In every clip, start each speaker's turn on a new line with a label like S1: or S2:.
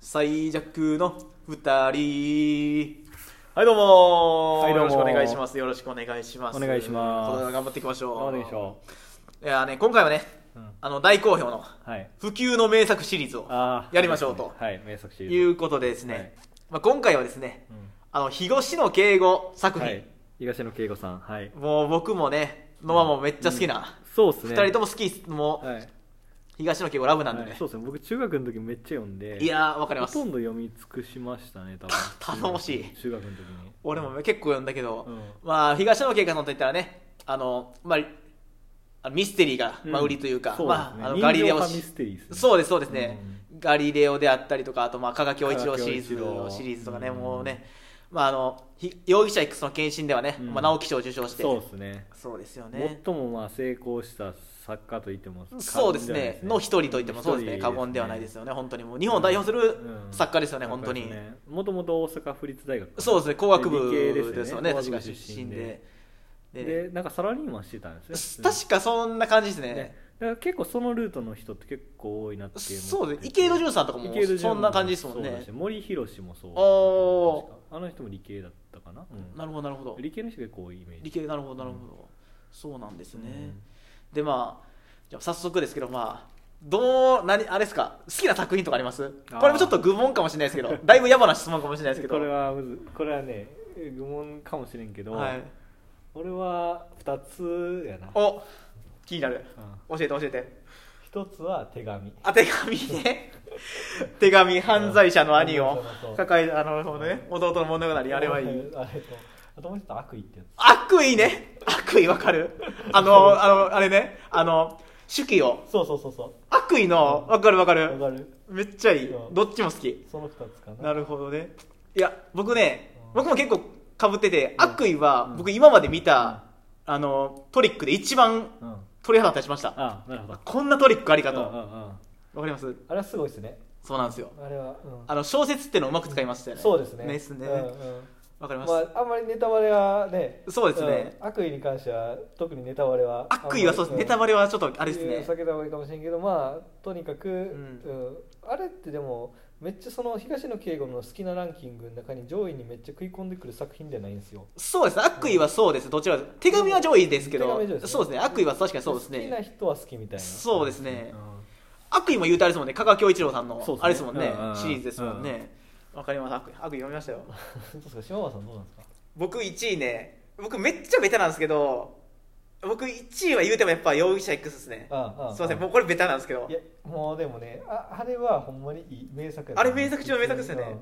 S1: 最弱の二人はいどうもー
S2: はいど
S1: よ
S2: うもー
S1: ろしくお願いしますよろしくお願いします
S2: お願いします
S1: これから頑張っていきましょう
S2: どうでしょ
S1: いやーね今回はね、
S2: うん
S1: あの大好評の
S2: うはい
S1: 不及の名作シリーズを
S2: あー
S1: やりましょうと
S2: はい名作シリ
S1: い
S2: ーズ
S1: うことでですね、
S2: はい
S1: まあ、今回はですね、
S2: うん
S1: あの東野敬吾作品、
S2: はい東野圭吾さんはい
S1: もう僕もねノマもめっちゃ好きな、
S2: そうです
S1: 二
S2: ね
S1: 人とも好きもう
S2: はい
S1: 東野敬吾ラブなんでね、
S2: はいそうですね僕中学の時めっちゃ読んで
S1: い、やーわかりま
S2: ほ
S1: す
S2: とんど読み尽くしましたね多
S1: た
S2: 分
S1: 頼もしい
S2: 中学の時に
S1: 俺も結構読んだけど、
S2: う
S1: まあ東野圭吾さんといったらねあの、まああの、ミステリーが、まあ、
S2: うん
S1: 売りというか、
S2: そうですね
S1: まあ、あの
S2: 人
S1: ガ
S2: 形
S1: リレオ
S2: 派
S1: し
S2: ミステリーですね
S1: そうですそうですね、ガリレオであったりとかあとまあ加賀恭一郎シリーズ
S2: 加賀恭一郎
S1: シリーズとかね、
S2: うん
S1: もうね、まあ、あのひ容疑者 X の検診ではね、
S2: うん
S1: まあ、直木賞を受賞して
S2: そうですね
S1: そうですよね
S2: 最もまあ成功した作家と言っても
S1: そうですねの一人といってもそうですね過言ではないですよね本当にもう日本を代表する作家ですよね、本当に、
S2: もともと大阪府立大学
S1: そうですね工学部
S2: 理系
S1: ですよね
S2: 工
S1: 確
S2: 学
S1: か
S2: 部
S1: 出身で
S2: で
S1: で
S2: なんかサラリーマンしてたんですね
S1: 確かそんな感じですね
S2: ねだから結構そのルートの人って結構多いなっていう
S1: そうですね池井戸潤さんとかも
S2: 池井戸潤
S1: そんな感じですもん
S2: そうだ
S1: ね
S2: し森博もそう
S1: おー
S2: 確かあの人も理系だったかな,うん、
S1: なるほどなるほど
S2: 理系の人結構多いイメージ
S1: 理系なるほどなるほど、そうなんですね、
S2: うん
S1: でまあじゃあ早速ですけどまあどう何あれですか好きな作品とかあります
S2: あー
S1: これもちょっと愚問かもしれないですけど だいぶ野暮な質問かもしれないですけど
S2: これはむずこれはね愚問かもしれんけど、
S1: はい、
S2: 俺は2つやな
S1: お気になる教えて教えて
S2: 一つは手紙
S1: あ手紙 ね手紙犯罪者の兄
S2: そ
S1: を
S2: うそうそう
S1: 抱えあのほんとね弟の問題がなりあれはいい
S2: あれとあともう一つ悪意ってや
S1: 悪意ね悪意わかるあのあのあれねあの手記を
S2: つそうそうそうそ
S1: 悪意のわかるわか
S2: う
S1: る
S2: わかる
S1: めっちゃいい
S2: うん
S1: どっちも好き
S2: その2つかな
S1: なるほどねいや僕ね
S2: うん
S1: 僕も結構かぶってて、
S2: うん
S1: 悪意は
S2: うん
S1: 僕今まで見た、あのトリックで一番
S2: うん
S1: 鳥肌立ちました
S2: あなるほど
S1: こんなトリックありか
S2: う
S1: と
S2: ん
S1: わ、
S2: うんうん
S1: かります
S2: あれはすごいですね
S1: そうなんですよ
S2: あれは、うん
S1: あの小説ってのをうまく使いましたよね
S2: そうですね
S1: ですね
S2: うん
S1: わ、
S2: うん
S1: かり
S2: ま
S1: ます、
S2: あ、あんまりネタバレはね
S1: そうですね
S2: うん悪意に関しては特にネタバレは
S1: 悪意はそうです、ネタ
S2: レ
S1: バレはちょっとあれですね
S2: 避けた方がいいかもしれんけどまあとにかく、うんんあれってでもめっちゃその東野圭吾の好きなランキングの中に上位にめっちゃ食い込んでくる作品じゃないんですよ
S1: そうですね悪意はそうですどちらか手紙は上位ですけ
S2: 手
S1: ど、
S2: 紙は上位ですね
S1: そうですね悪意は確かにそうです
S2: 好きな
S1: ね
S2: 人は好きみたいな
S1: そうですね悪意も言うとあれですもんね香川恭一郎さんの
S2: そうですね
S1: あれですもんね、
S2: うんうんうん
S1: シリーズですもんねわ、かります悪意悪意読みましたよ
S2: そうですか島村さんどうなんですか
S1: 僕1位ね僕めっちゃベタなんですけど僕1位は言うてもやっぱ容疑者 X ですね
S2: ああああ
S1: すいません
S2: あ
S1: もうこれベタなんですけど
S2: いやもうでもねああれはほんまにいい名作やな
S1: あれ名作中の名作ですよね
S2: うんうん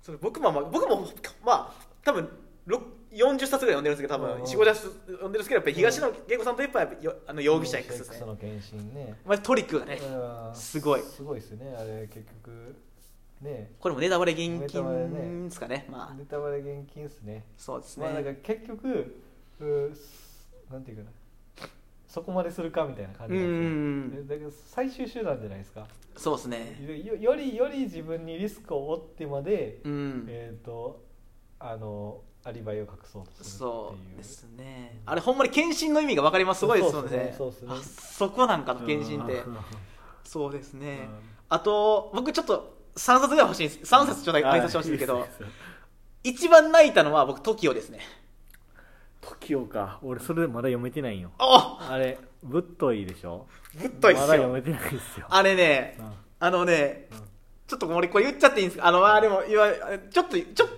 S1: それ僕もまあ僕もまあ多分ろ40冊ぐらい読んでるんですけど多
S2: うん
S1: 分
S2: うん
S1: 45冊読んでるんですけどやっぱり東野圭吾さんといえばやっぱよあの容疑者 X ですね、
S2: の検診ね
S1: まあ、トリックがね
S2: うん
S1: すごい
S2: すごいですよねあれ結局ね
S1: これもネタバレ厳
S2: ネタバレ
S1: 禁
S2: ね
S1: ですかねまあ
S2: ネタバレ厳禁っすね
S1: そうです
S2: まあだから
S1: ね
S2: 結局うーすなんていうかなそこまでするかみたいな感
S1: う
S2: じなんですよ
S1: ん
S2: だけど最終手段じゃないですか
S1: そうですね
S2: よよりより自分にリスクを負ってまで、
S1: うん
S2: えっ、とあのアリバイを隠そうとする
S1: そ
S2: っていうう
S1: ですねあれほんまに献身の意味が分かりますすごいですよね
S2: そうっすねそう
S1: あ
S2: っすね
S1: そこなんかの献身って
S2: うん
S1: そうですね、
S2: うん
S1: あと僕ちょっと3冊ぐらい欲しいんです3冊ちょうだい配達してほしいんですけ
S2: あ
S1: ど
S2: ですね
S1: 一番泣いたのは僕 TOKIO ですね
S2: トキオか俺それまだ読めてないんよ
S1: あ
S2: あれぶっといでしょ
S1: ぶっといっ
S2: まだ
S1: す
S2: 読
S1: よ
S2: めてないですよ
S1: あれね
S2: うん
S1: あのね
S2: うん
S1: ちょっと俺これ言っちゃっていいんですかあのあーでもいわちょっとちょっ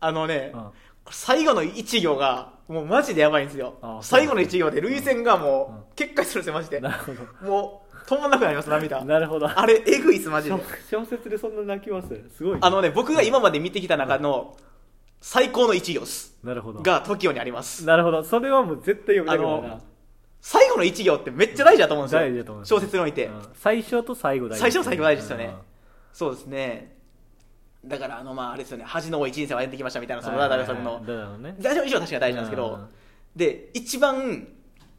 S1: あのね
S2: うん
S1: 最後の1行がもうマジでやばいんですよ
S2: あー
S1: 最後の1行で涙腺がも
S2: う
S1: う決壊するんですよマジで
S2: なるほど
S1: もう止まんなくなります涙
S2: なるほど
S1: あれえぐいっすマジで
S2: 小小説でそんな泣きますすごい
S1: あのね僕が今まで見てきた中の最高の1行っす
S2: なるほど
S1: が TOKIO にあります
S2: なるほどそれはもう絶対読めなくなる
S1: あ
S2: な
S1: 最後の一行ってめっちゃ大事だと思うんですよ
S2: 大事だと思います
S1: 小説において、
S2: うん最初と最後大事
S1: 最初と最後大事ですよね、
S2: うん
S1: そうですねだからあのまああれですよね恥の多い人生を歩んできましたみたいなその
S2: は
S1: ダ
S2: いは
S1: ダ
S2: い
S1: ダ
S2: はい
S1: さんの
S2: ダダのね
S1: 大丈夫以上は確かに大事なんですけど、
S2: うん
S1: で一番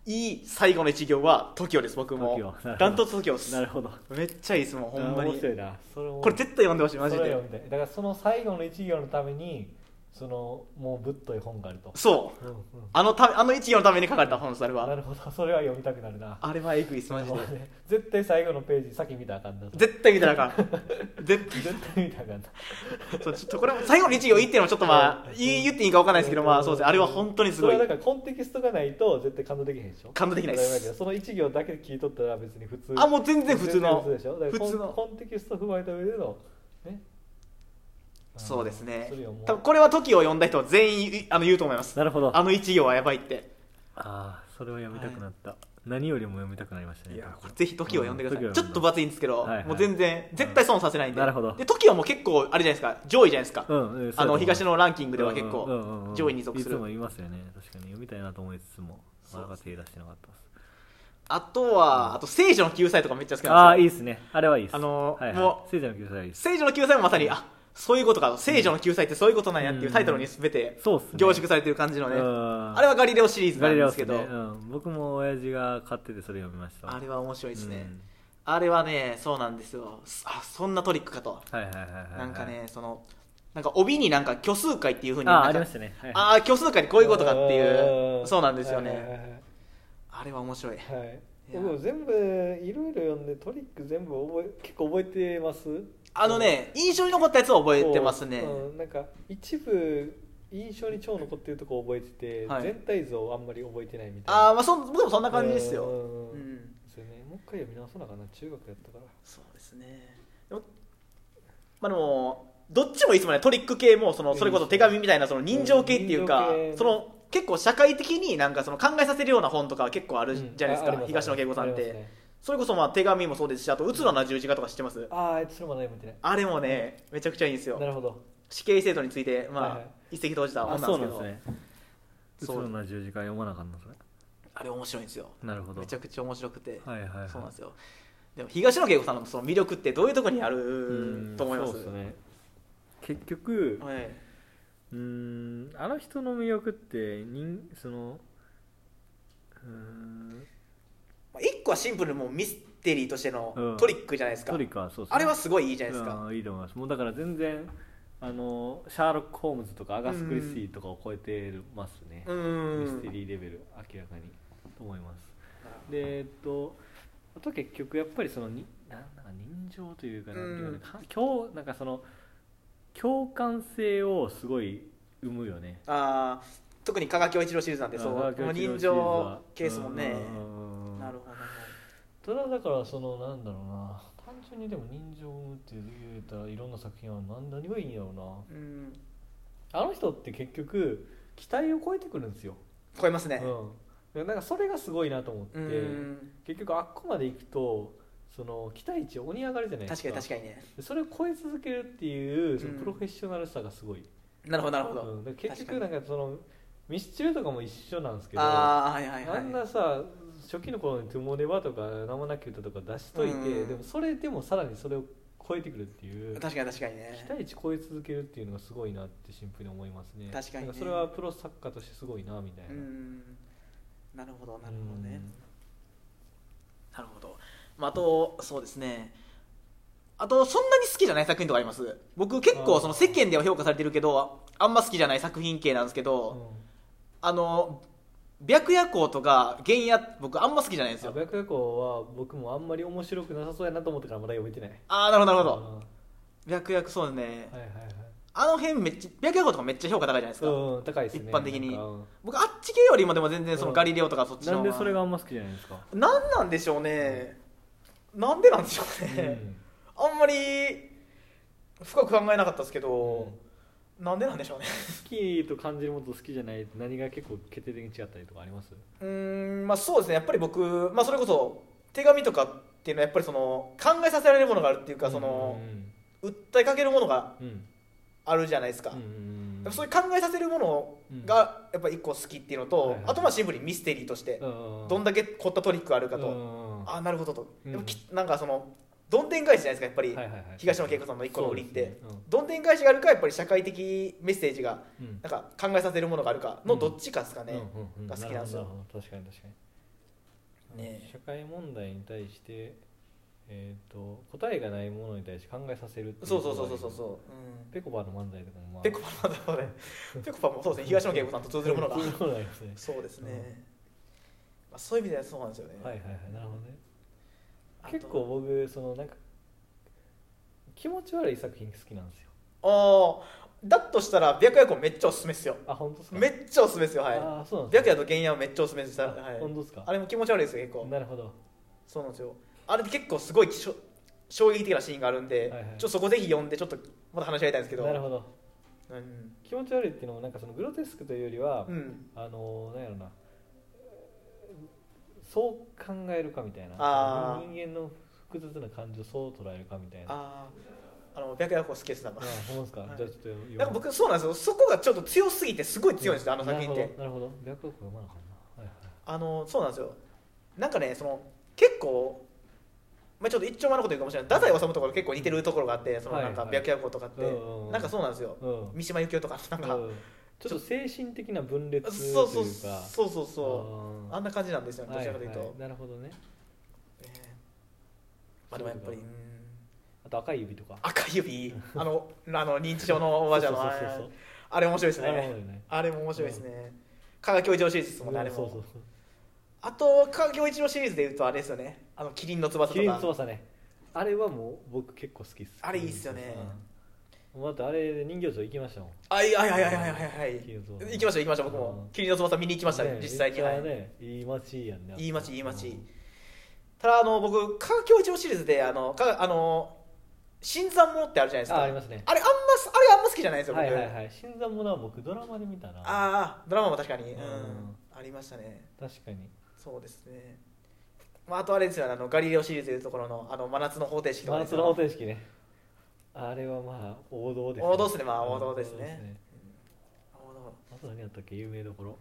S1: いい最後の一行は TOKIO です僕も
S2: TOKIO なるほど
S1: ダントツ TOKIO です
S2: なるほど
S1: めっちゃいいですもんほんま
S2: 面
S1: に
S2: 白いなそれも
S1: これ絶対読んでほしいマジ
S2: それ
S1: で
S2: よみたいだからその最後の一行のためにそのもうぶっとい本があると、
S1: そう
S2: うんうん、
S1: あのたあの一行のために書かれた本それ
S2: な
S1: は
S2: るほどそれは読みたくなる な
S1: あれはエグいっすマジで
S2: もうね絶対最後のページ先見たらあかんな絶
S1: 絶対見たらあかん絶対
S2: 対見たらあかんな
S1: そうちょっとこれも最後の一行いいっていうのもちょっとまあ
S2: うん
S1: 言い言っていいか分かんないですけどまあそうですねあれは本当にすごい
S2: それはなんかコンテキストがないと絶対感動できへんでしょ
S1: 感動できないです
S2: 当たり前だけどその一行だけ聞いとったら別に普通
S1: あもう全然普通の
S2: 全然普通でしょだからコン
S1: 普通の
S2: コンテキスト踏まえた上でのね
S1: そうですね
S2: それをもう
S1: 多分これは TOKIO を呼んだ人は全員いあの言うと思います
S2: なるほど
S1: あの一行はやばいって
S2: あーそれは読みたくなった、何よりも読みたくなりましたね
S1: いやこれぜひ TOKIO を呼んでくださ
S2: う
S1: い
S2: ん
S1: ちょっと分厚いんですけど
S2: はいはい
S1: もう全然絶対損させないんで
S2: なるほど
S1: で TOKIO も結構あれじゃないですか上位じゃないですか
S2: うんうんそうやと
S1: あ
S2: 思
S1: の
S2: う
S1: 東のランキングでは結
S2: うんうんうんう
S1: 構
S2: ん
S1: 上位に属す
S2: い
S1: る
S2: つも言いますよね確かに読みたいなと思いつつも
S1: そ
S2: な
S1: う
S2: かなか手出してなかったです
S1: あとはあと聖女の救済とかめっちゃ好き
S2: あ
S1: な
S2: あ
S1: ん
S2: い
S1: で
S2: い
S1: すよ
S2: ですねあれはいいです
S1: あのー
S2: はいはい
S1: も
S2: 聖者の救済はいいです
S1: 聖女の救済もまさにあそういうことか聖女の救済ってそういうことなんやっていうタイトルに全て
S2: そうっすね
S1: 凝縮されてる感じのね
S2: うん
S1: あれはガリレオシリーズなんですけど
S2: ガリレオっすねうん、僕も親父が買っててそれ読みました
S1: あれは面白いですね
S2: うん
S1: あれはねそうなんですよあそんなトリックかと
S2: はいはいはいはいはい
S1: なんかねそのなんか帯になんか虚数回っていうふうに
S2: あ
S1: なん
S2: あ
S1: か
S2: ありましたね、はい
S1: ああ虚数回ってこういうことかっていう
S2: あー
S1: そうなんですよね、
S2: はいはいはい
S1: あれは面白い
S2: はいはい
S1: いや
S2: 僕も全部いろいろ読んでトリック全部覚え結構覚えてます
S1: あのね印象に残ったやつは覚えてますね
S2: うん、なんか一部印象に超残ってるとこ覚えてて、
S1: はい全
S2: 全体像あんまり覚えてないみたいな
S1: ああ
S2: あ
S1: まあそん僕もそんな感じですよ
S2: うん
S1: うん
S2: ですよねもう一回読み直さなかな中学やったから
S1: そうですねでもまあでもどっちもいいですもんねトリック系もそのそれこそ手紙みたいなその人情系っていうか、
S2: うん人情系
S1: その結構社会的になんかその考えさせるような本とか結構あるじゃないですか、
S2: うんああります
S1: 東野圭吾さんっ
S2: あり
S1: て、
S2: ますね
S1: それこそまあ手紙もそうですしあと「うつろな十字架」とか知ってます
S2: あーそれまだ読めてない
S1: あれもねめちゃくちゃいいんですよ
S2: なるほど
S1: 死刑制度について、まあ
S2: はいはい
S1: 一石投じた本なんですけどあ
S2: う
S1: そう
S2: そんな十字架読まなかったのそれ
S1: れ面白いんですよ
S2: なるほど
S1: めちゃくちゃ面白くて、
S2: はいはいはい
S1: そうなんですよでも東野圭吾さんのその魅力ってどういうところにあ
S2: うん
S1: ると思います
S2: そうっすね結局
S1: はい、
S2: うーんあの人の魅力って人そのうーん
S1: まあ、1個はシンプルにもうミステリーとして
S2: う
S1: の
S2: ん
S1: トリックじゃないですか、
S2: トリックはそうっすね
S1: あれはすごいいいじゃないですか、
S2: うんいいと思いますもうだから全然あのシャーロック・ホームズとかアガス・クリスティとかを超えてますね、
S1: う
S2: ミ
S1: ん
S2: ステリーレベル明らかにと思いますでえっとあと結局やっぱりそのになんなんか人情というかなんていうか,、ねか共なんかその共感性をすごい生むよね
S1: あー特に加賀恭一郎シリーズなんでそう
S2: あ
S1: この人情ケースもね
S2: うんうんうんうん
S1: なるほど
S2: ただだからそのなんだろうな単純にでも人情を生むって言うたらいろんな作品は何何がいいんやろうな
S1: うん
S2: あの人って結局期待を超えてくるんですよ、
S1: 超えますね
S2: うん、なんかそれがすごいなと思って、
S1: うん、
S2: 結局あっこまで行くとその期待値鬼上がるじゃないです
S1: 確か
S2: か
S1: に確かにね
S2: でそれを超え続けるっていうその
S1: うん
S2: プロフェッショナルさがすごい、
S1: なるほどなるほど、
S2: うん、だから結
S1: 確
S2: 局なんかそのミスチルとかも一緒なんですけど
S1: ああはいはいはい
S2: あんなさ初期の頃に「トゥモネバ」とか「名もなき歌」とか出しといて、
S1: うん
S2: でもそれでもさらにそれを超えてくるっていう
S1: 確かに確かに
S2: 期
S1: ね
S2: 待値超え続けるっていうのがすごいなってシンプルに思いますね
S1: 確かにね
S2: なんそれはプロ作家としてすごいなみたいうな、
S1: んなるほどなるほどねなるほど、まあ、あとそうですねあとそんなに好きじゃない作品とかあります僕結構その世間では評価されてるけどあんま好きじゃない作品系なんですけ
S2: うん、
S1: ど、あの白夜行とか原野僕あんま好きじゃないんですよ
S2: 白夜行は僕もあんまり面白くなさそうやなと思ってからまだ読めてない
S1: ああなるほどな
S2: な
S1: るほど白夜行そうですね、
S2: はいはいはい
S1: あの辺めっちゃ白夜行とかめっちゃ評価高いじゃないですか、
S2: うんうん高いですね
S1: 一般的に
S2: なんかうん
S1: 僕あっち系よりもでも全然その
S2: うん
S1: ガリレオとかそっちの
S2: な
S1: 方
S2: ん
S1: が
S2: でそれがあんま好きじゃないですか、
S1: なんなんでしょうね、なんでなんでしょう
S2: う
S1: ね、
S2: ん
S1: あんまり深く考えなかったですけど、なんでなんでしょうね
S2: 好きと感じるものと好きじゃない何が結構決定的に違ったりとかあります
S1: うーんまあそうですねやっぱり僕、まあ、それこそ手紙とかっていうのはやっぱりその考えさせられるものがあるっていうかその、訴えかけるものが
S2: うんうん
S1: あるじゃないですか、
S2: うんうん
S1: やっぱそういう考えさせるものがやっぱ一個好きっていうのと、
S2: はいはい
S1: あとまあシンプルにミステリーとして、
S2: うん
S1: どんだけ凝ったトリックがあるかと、
S2: うん
S1: ああなるほどと、
S2: うん
S1: やっぱきなんかそのどんでん返しじゃないですかやっぱり、
S2: はいはいはい
S1: 東野圭子さんの一個の売りって、
S2: そうですねうん
S1: どんでん返しがあるかやっぱり社会的メッセージが
S2: うん
S1: なんか考えさせるものがあるかのどっちかですかね、
S2: うんうんうん
S1: が好きなんですよ
S2: るほどるほど確かに確かに
S1: ねえ
S2: 社会問題に対して、ええー、と答えがないものに対して考えさせるってい
S1: そうそうそうそうそう
S2: う
S1: そう、うん、
S2: ペコパの漫才とかも、まあ、
S1: ペコパの漫才ねペコパもそうですね東野圭吾さんと通ずるものが
S2: 通ずるものがありますね
S1: そうですね、まあ、そういう意味ではそうなんですよね、
S2: はいはいはいなるほどね
S1: あと
S2: 結構僕そのなんか気持ち悪い作品好きなんですよ
S1: ああだとしたら白夜行めっちゃおすすめですよ
S2: あ本当ですか
S1: めっちゃおすすめですよはい
S2: ああそうなんです
S1: 白夜と原野はめっちゃおすすめです、
S2: か
S1: はい
S2: あ、本当ですか
S1: あれも気持ち悪いですよ結構
S2: なるほど
S1: そうなんですよあれ結構すごいしょ衝撃的なシーンがあるんで、
S2: はいはい
S1: ちょっとそこぜひ読んでちょっとまた話し合いたいんですけど
S2: なるほど
S1: うん
S2: 気持ち悪いっていうのもなんかそのグロテスクというよりは、
S1: うん
S2: あのなんやろなそう考えるかみたいな
S1: あー
S2: 人間の複雑な感情をそう捉えるかみたいなあ
S1: あああの白夜行好きですな
S2: あほんまですか、
S1: はい
S2: じゃあちょっと読む
S1: なんか僕そうなんですよそこがちょっと強すぎてすごい強いんですよあの作品って
S2: なるほどなるほど白読読まなあかったな、はいはい、
S1: あのそうなんですよなんかねその結構まあちょっと一丁前のこと言うかもしれない太宰治のところ結構似てるところがあってその
S2: はい
S1: なんか
S2: はい
S1: 白夜行とかって、
S2: うんうんうん
S1: なんかそうなんですよ、
S2: うん
S1: 三島由紀夫とかなんか、
S2: うんちょっと精神的な分裂という
S1: そう
S2: か
S1: そうそうそうそう
S2: あー
S1: あんな感じなんですよねどちらかというと、
S2: はいはいなるほどね
S1: えーまあでもやっぱりうん
S2: あと赤い指とか
S1: 赤い指あのあの認知症のおばあちゃんの
S2: そう
S1: あ
S2: そうそう
S1: れ
S2: そう
S1: あれ面白いです
S2: なるほど
S1: ね
S2: ね
S1: あれも面白いですね加賀教一郎シリーズですもんねあれ
S2: そうそう
S1: も
S2: そう
S1: あと加賀教一郎シリーズでいうとあれですよねあのキリンの翼
S2: キ
S1: と
S2: リンの
S1: か
S2: 翼ねあれはもう僕結構好きっす
S1: あれいいっすよね
S2: うんまたあれで人形町行きましたもん
S1: あいはいはいはいはいはいはい
S2: キリンの翼
S1: 行きました行きました僕も
S2: うん
S1: キリンの翼見に行きましたね
S2: ね
S1: 実際に
S2: めっ
S1: は
S2: ちゃ
S1: い
S2: ねいい街やんね
S1: いい街いい街
S2: うん
S1: ただあの僕加賀教一郎シリーズであのかあの新参者ってあるじゃないです
S2: あ
S1: か
S2: ありますね
S1: あれあんまあれあんま好きじゃないんですよ
S2: はい
S1: 僕
S2: はいはい新参者は僕ドラマで見たな
S1: ああドラマも確かに、うん
S2: うん
S1: ありましたね
S2: 確かに
S1: そうですね、まあ、あとあれですよねあのガリレオシリーズでいうところのあの真夏の方程式と
S2: 真
S1: かです
S2: 夏
S1: よ
S2: の方程式ねあれはまあ王道です
S1: 王道っすねまあ王道ですね
S2: 王
S1: なるほど
S2: あと何やったっけ有名どころ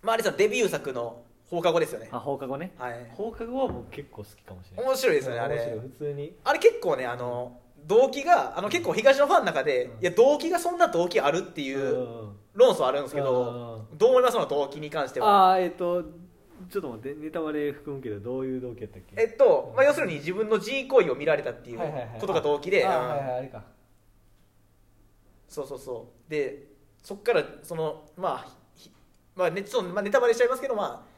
S1: まああれですよデビュー作の放課後ですよね
S2: あ放課後ね
S1: はい
S2: 放課後は僕結構好きかもしれない
S1: 面白いですよねあ
S2: 面白
S1: れ
S2: い普通に
S1: あれ結構ねあの動機があの結構東のファンの中で、
S2: うん
S1: いや動機がそんな動機あるってい
S2: うん
S1: う
S2: うんうん
S1: 論争あるんですけど、どう思いますその動機に関しては
S2: ああーえっ、とちょっと待ってネタバレ含むけどどういう動機やったっけ
S1: えっと、まあ、要するに自分の G 行為を見られたっていう
S2: はいはいはい
S1: ことが動機で、
S2: あー
S1: うん
S2: はいはいあれか
S1: そうそうそうでそっからそのまあひまあねちょっとまあネタバレしちゃいますけどまあ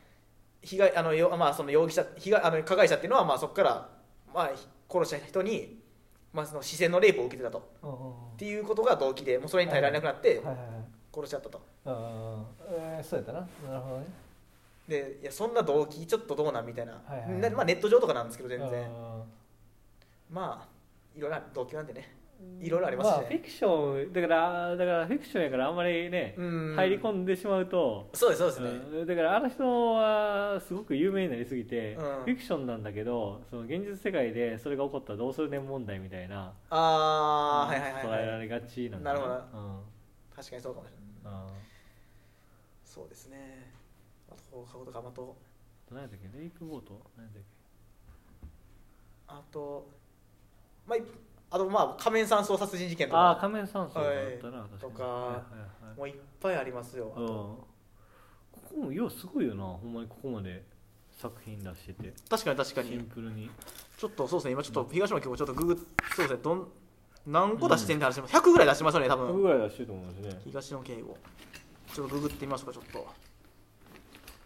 S1: 被害あのよまあその容疑者被害あの加害者っていうのはまあそこからまあひ殺した人にまあその視線のレイプを受けてたとっ
S2: うんうんうん
S1: ていうことが動機でもうそれに耐えられなくなって
S2: はいはいはい
S1: 殺しちゃったと
S2: うんうんうんえーそうやったななるほどね
S1: でいやそんな動機ちょっとどうなんみたいな、
S2: はいはいはい
S1: なまあネット上とかなんですけど全然
S2: うんうん
S1: まあいろいろな動機なんでねいろいろあります
S2: まあ、
S1: し
S2: フ
S1: ね
S2: ィクションだからだからフィクションやからあんまりね
S1: うん
S2: 入り込んでしまうと
S1: そうですそうですね、
S2: うんだからあの人はすごく有名になりすぎて、
S1: うん
S2: フィクションなんだけどその現実世界でそれが起こったらどうするねん問題みたいな
S1: ああはいはいはい、
S2: 捉えら
S1: はい、
S2: れがちなんだ
S1: なる
S2: ほど、うん
S1: 確かにそうかもしれない
S2: あ
S1: そうですね。あと放課後とか、あと、
S2: ー何やったっけレイクボート何やったっ
S1: あと、まあ、いあと、まあ、仮面山荘殺人事件
S2: け
S1: とか、
S2: ああー仮面山荘があったな、
S1: はい
S2: 確
S1: と
S2: に
S1: か
S2: はいはい
S1: も
S2: はいう
S1: いっぱいありますよ。
S2: うんここもようすごいよなほんまにここまで作品出してて
S1: 確かに確か
S2: シン
S1: に。
S2: プルに
S1: ちょっとそうですね、今ちょっと東野今日ちょっとググっそうですね、どん何個出してんって話します、100ぐらい出してますよね、多
S2: 100
S1: 分。
S2: ぐらい出してると思うんですね
S1: 東野敬吾。ちょっとググってみましょうか、ちょっと。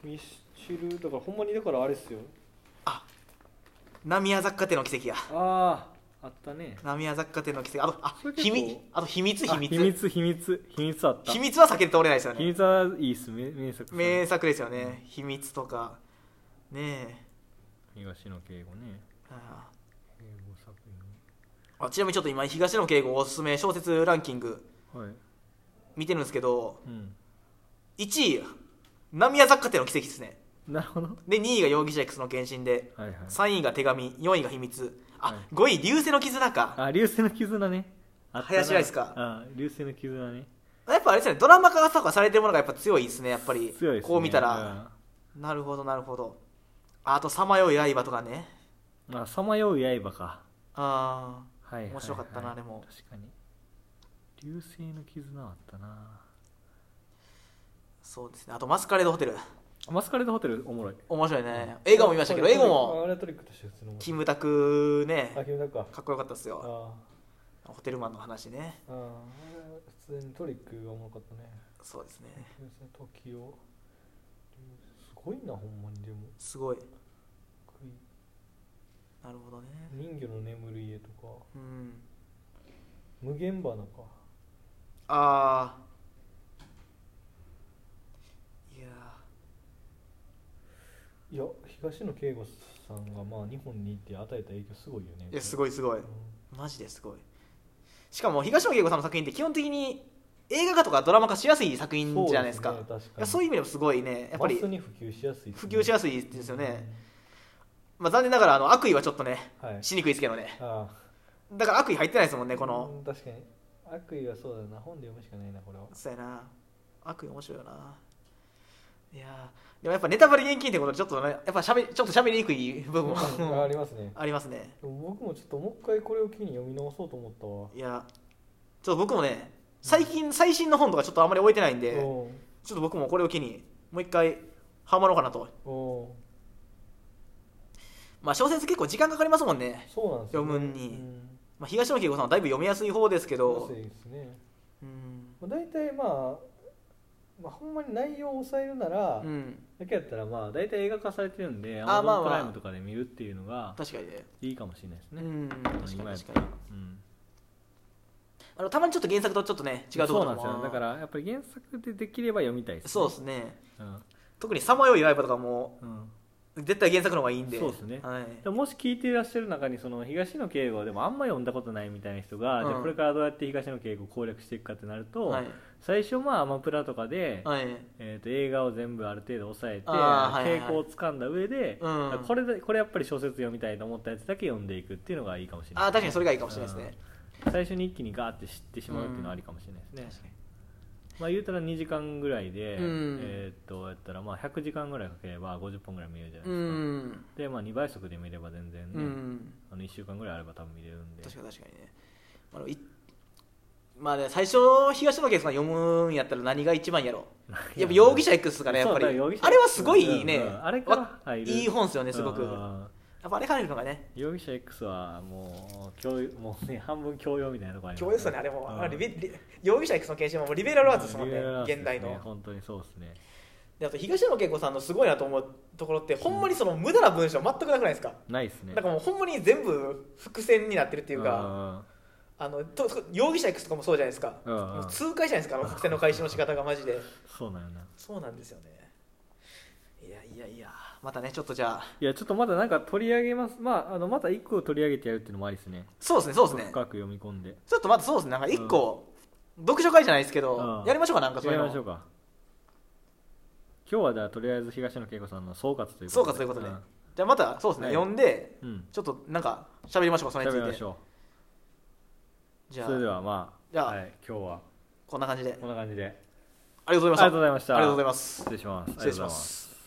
S2: ミスチルだからほんまにだからあれっすよ
S1: あ浪屋雑貨店の奇跡や。
S2: あああったね
S1: 浪屋雑貨店の奇跡。あと、あ
S2: それ、結
S1: 秘
S2: 構
S1: 密、あと秘密、秘
S2: あ
S1: 密。
S2: 秘密秘密秘密あっ
S1: 秘
S2: た秘密
S1: 密は避けて通れないですよね。
S2: はいいっす名名作
S1: 名作ですよね秘密とかねえ
S2: 東野敬吾ね
S1: あ
S2: 敬吾作
S1: ーあちなみにちょっと今東野圭吾おすすめ小説ランキング
S2: 品はい
S1: 見てるんですけど
S2: うん
S1: 1位浪屋雑貨店の奇跡ですね
S2: なるほど
S1: で2位が容疑者 X の献身で
S2: はいはい
S1: 3位が手紙4位が秘密あ、
S2: はい
S1: 5位流星の絆か
S2: あ流星の絆ねあったな
S1: 林ライスか
S2: あ流星の絆ね
S1: やっぱあれですねドラマ化とかされてるものがやっぱ強いですねやっぱり
S2: 強いですね
S1: こう見たら、なるほどなるほどあと「さまよい刃」とかね
S2: うんまあさまよう刃か
S1: ああ
S2: はいはいはい
S1: 面白かったなでも
S2: 確かに流星の絆あったな
S1: そうですねあと「マスカレードホテル」
S2: マスカレードホテルおもろい
S1: 面白いね映画も見ましたけど映画も
S2: あれはトリックとして普通の
S1: キムタクね
S2: あキムタクか
S1: かっこよかったですよ
S2: あ
S1: ホテルマンの話ね
S2: ーあーあれは普通にトリックがおもろかったね
S1: そうですね
S2: 時をすごいなほんまにでも
S1: すごい
S2: クイ
S1: なるほどね
S2: 人魚の眠る家とか
S1: うん
S2: 無限花か
S1: ああいや
S2: いや東野圭吾さんがまあ日本にいて与えた影響すごいよね
S1: ーいやす
S2: い、
S1: ごいすご
S2: う
S1: い
S2: ん
S1: マジですごいしかも東野圭吾さんの作品って基本的に映画化とかドラマ化しやすい作品じゃないですか
S2: そうですね確かに
S1: いやそういう意味でもすごいねやっぱり
S2: マスに普及しやすい
S1: 普及しや
S2: す
S1: すいですよね、、まあ、残念ながらあの悪意はちょっとね
S2: うんはい
S1: しにくいですけどね
S2: あ
S1: だから悪意入ってないですもんね
S2: あ
S1: この
S2: うん確かに悪意はそうだな本で読むしかないなこれは
S1: そうやな悪意面白いよないやーでもやっぱネタバレ厳禁ってことでちょっとねやっぱしゃべちょっとしゃべりにくい部分
S2: うんあ
S1: も
S2: りますね
S1: ありますね
S2: でも僕もちょっともう一回これを機に読み直そうと思ったわ
S1: いやちょっと僕もね最近最新の本とかちょっとあんまり置いてないんでちょ
S2: お
S1: っと僕もこれを機にもう一回ハマろうかなと
S2: おお
S1: まあ小説結構時間かかりますもんね、
S2: うそうなんですよ、ね、
S1: 余分に
S2: うん
S1: まあ、東野圭吾さんはだいぶ読みやすい方ですけど
S2: 安いですね
S1: うん
S2: まあ、大体まあ、まあ、ほんまに内容を抑えるなら、
S1: うん
S2: だけやったらまあ大体映画化されてるんで
S1: あ
S2: Amazon
S1: まあまあ
S2: プライムとかで見るっていうのが
S1: 確かにね
S2: いいかもしれないです
S1: う
S2: ね、
S1: ん
S2: あの
S1: 確か
S2: 今や
S1: に確
S2: っ
S1: か
S2: た
S1: らにあのたまにちょっと原作とちょっとね違うとこ
S2: そう
S1: ろ
S2: な
S1: と
S2: んで
S1: かも
S2: すよだからやっぱり原作でできれば読みたいです、ね、
S1: そうですね
S2: うん
S1: 特に「さまよいライブ」とかも
S2: うん
S1: 絶対原作の方がいいんで
S2: そうっすね
S1: はい、
S2: でももし聞いていらっしゃる中にその東野圭吾でもあんま読んだことないみたいな人が、じゃ
S1: う
S2: あ
S1: ん
S2: これからどうやって東野圭吾を攻略していくかってなると、
S1: はい
S2: 最初まあアマプラとかで、
S1: はい、
S2: えー、と映画を全部ある程度抑えて、
S1: あーはいはい
S2: 傾向をつかんだ上で、
S1: うん
S2: これでこれやっぱり小説読みたいと思ったやつだけ読んでいくっていうのがいいかもしれない
S1: あー確かにそれがいいかもしれないですね、
S2: うん最初に一気にガーって知ってしまうっていうのはありかもしれないで
S1: 確
S2: すね、
S1: かに
S2: まあ言うたら2時間ぐらいで、
S1: うん
S2: えーっとやったらまあ100時間ぐらいかければ50本ぐらい見れるじゃないうですか、
S1: ん
S2: でまあ2倍速で見れば全然ね、
S1: うん
S2: あの1週間ぐらいあれば多分見れるんで
S1: 確かに確かにねあのいまあね最初東野圭吾さん読むんやったら何が一番やろやっぱ容疑者 X がねやっぱり
S2: そうだ容疑者
S1: あれはすごいね、
S2: うんうんあれから入る
S1: わいい本ですよねすごく
S2: うんうん
S1: や
S2: うん
S1: っぱあれから入るのがね
S2: 容疑者 X はもう教もうね半分教養みたいなところあり
S1: 強要ですよねあれも、
S2: うん
S1: あれリベリ容疑者 X の研修もリベラルアーツですもんね
S2: リベラルアーツです
S1: 現代の
S2: 本当にそうですね
S1: であと東野圭吾さんのすごいなと思うところってほんまにその無駄な文章全くなくないですか、
S2: ないですね
S1: なんかもうほんまに全部伏線になってるっていうか、あのと容疑者 X とかもそうじゃないですか、
S2: うんうん
S1: もう痛快じゃないですか、あの伏線の回収の仕方がマジで、
S2: うんそうなんよな
S1: そうなんですよね。いやいやいや、またね、ちょっとじゃあ、
S2: いやちょっとまだなんか取り上げますまああのまた一個を取り上げてやるっていうのもありですね
S1: そうですね、そうですね、
S2: 深く読み込んで
S1: ちょっとまたそうですね、なんか一個、読書会じゃないですけ
S2: う
S1: ど
S2: ん、
S1: やりましょうか、なんかそう
S2: や
S1: いうの
S2: りましょうか今日はじゃあとりあえず東野圭吾さんの総括という
S1: そう
S2: こ
S1: かと
S2: と
S1: い
S2: で
S1: うことで、
S2: ん
S1: じゃあまたそうですね、
S2: はい
S1: 読んで、
S2: うん
S1: ちょっとなんか喋りましょうか、それにつ
S2: 喋りま
S1: い。
S2: してょ
S1: じ
S2: う
S1: ゃ
S2: それで
S1: あ、
S2: はまあ
S1: じゃあ
S2: はい、今日は
S1: こんな感じで、あり
S2: こんな感じで
S1: がとうご
S2: ありが
S1: ざい
S2: とうご
S1: ました。
S2: ざいました
S1: ありがとうございます。
S2: 失礼します
S1: 失礼します。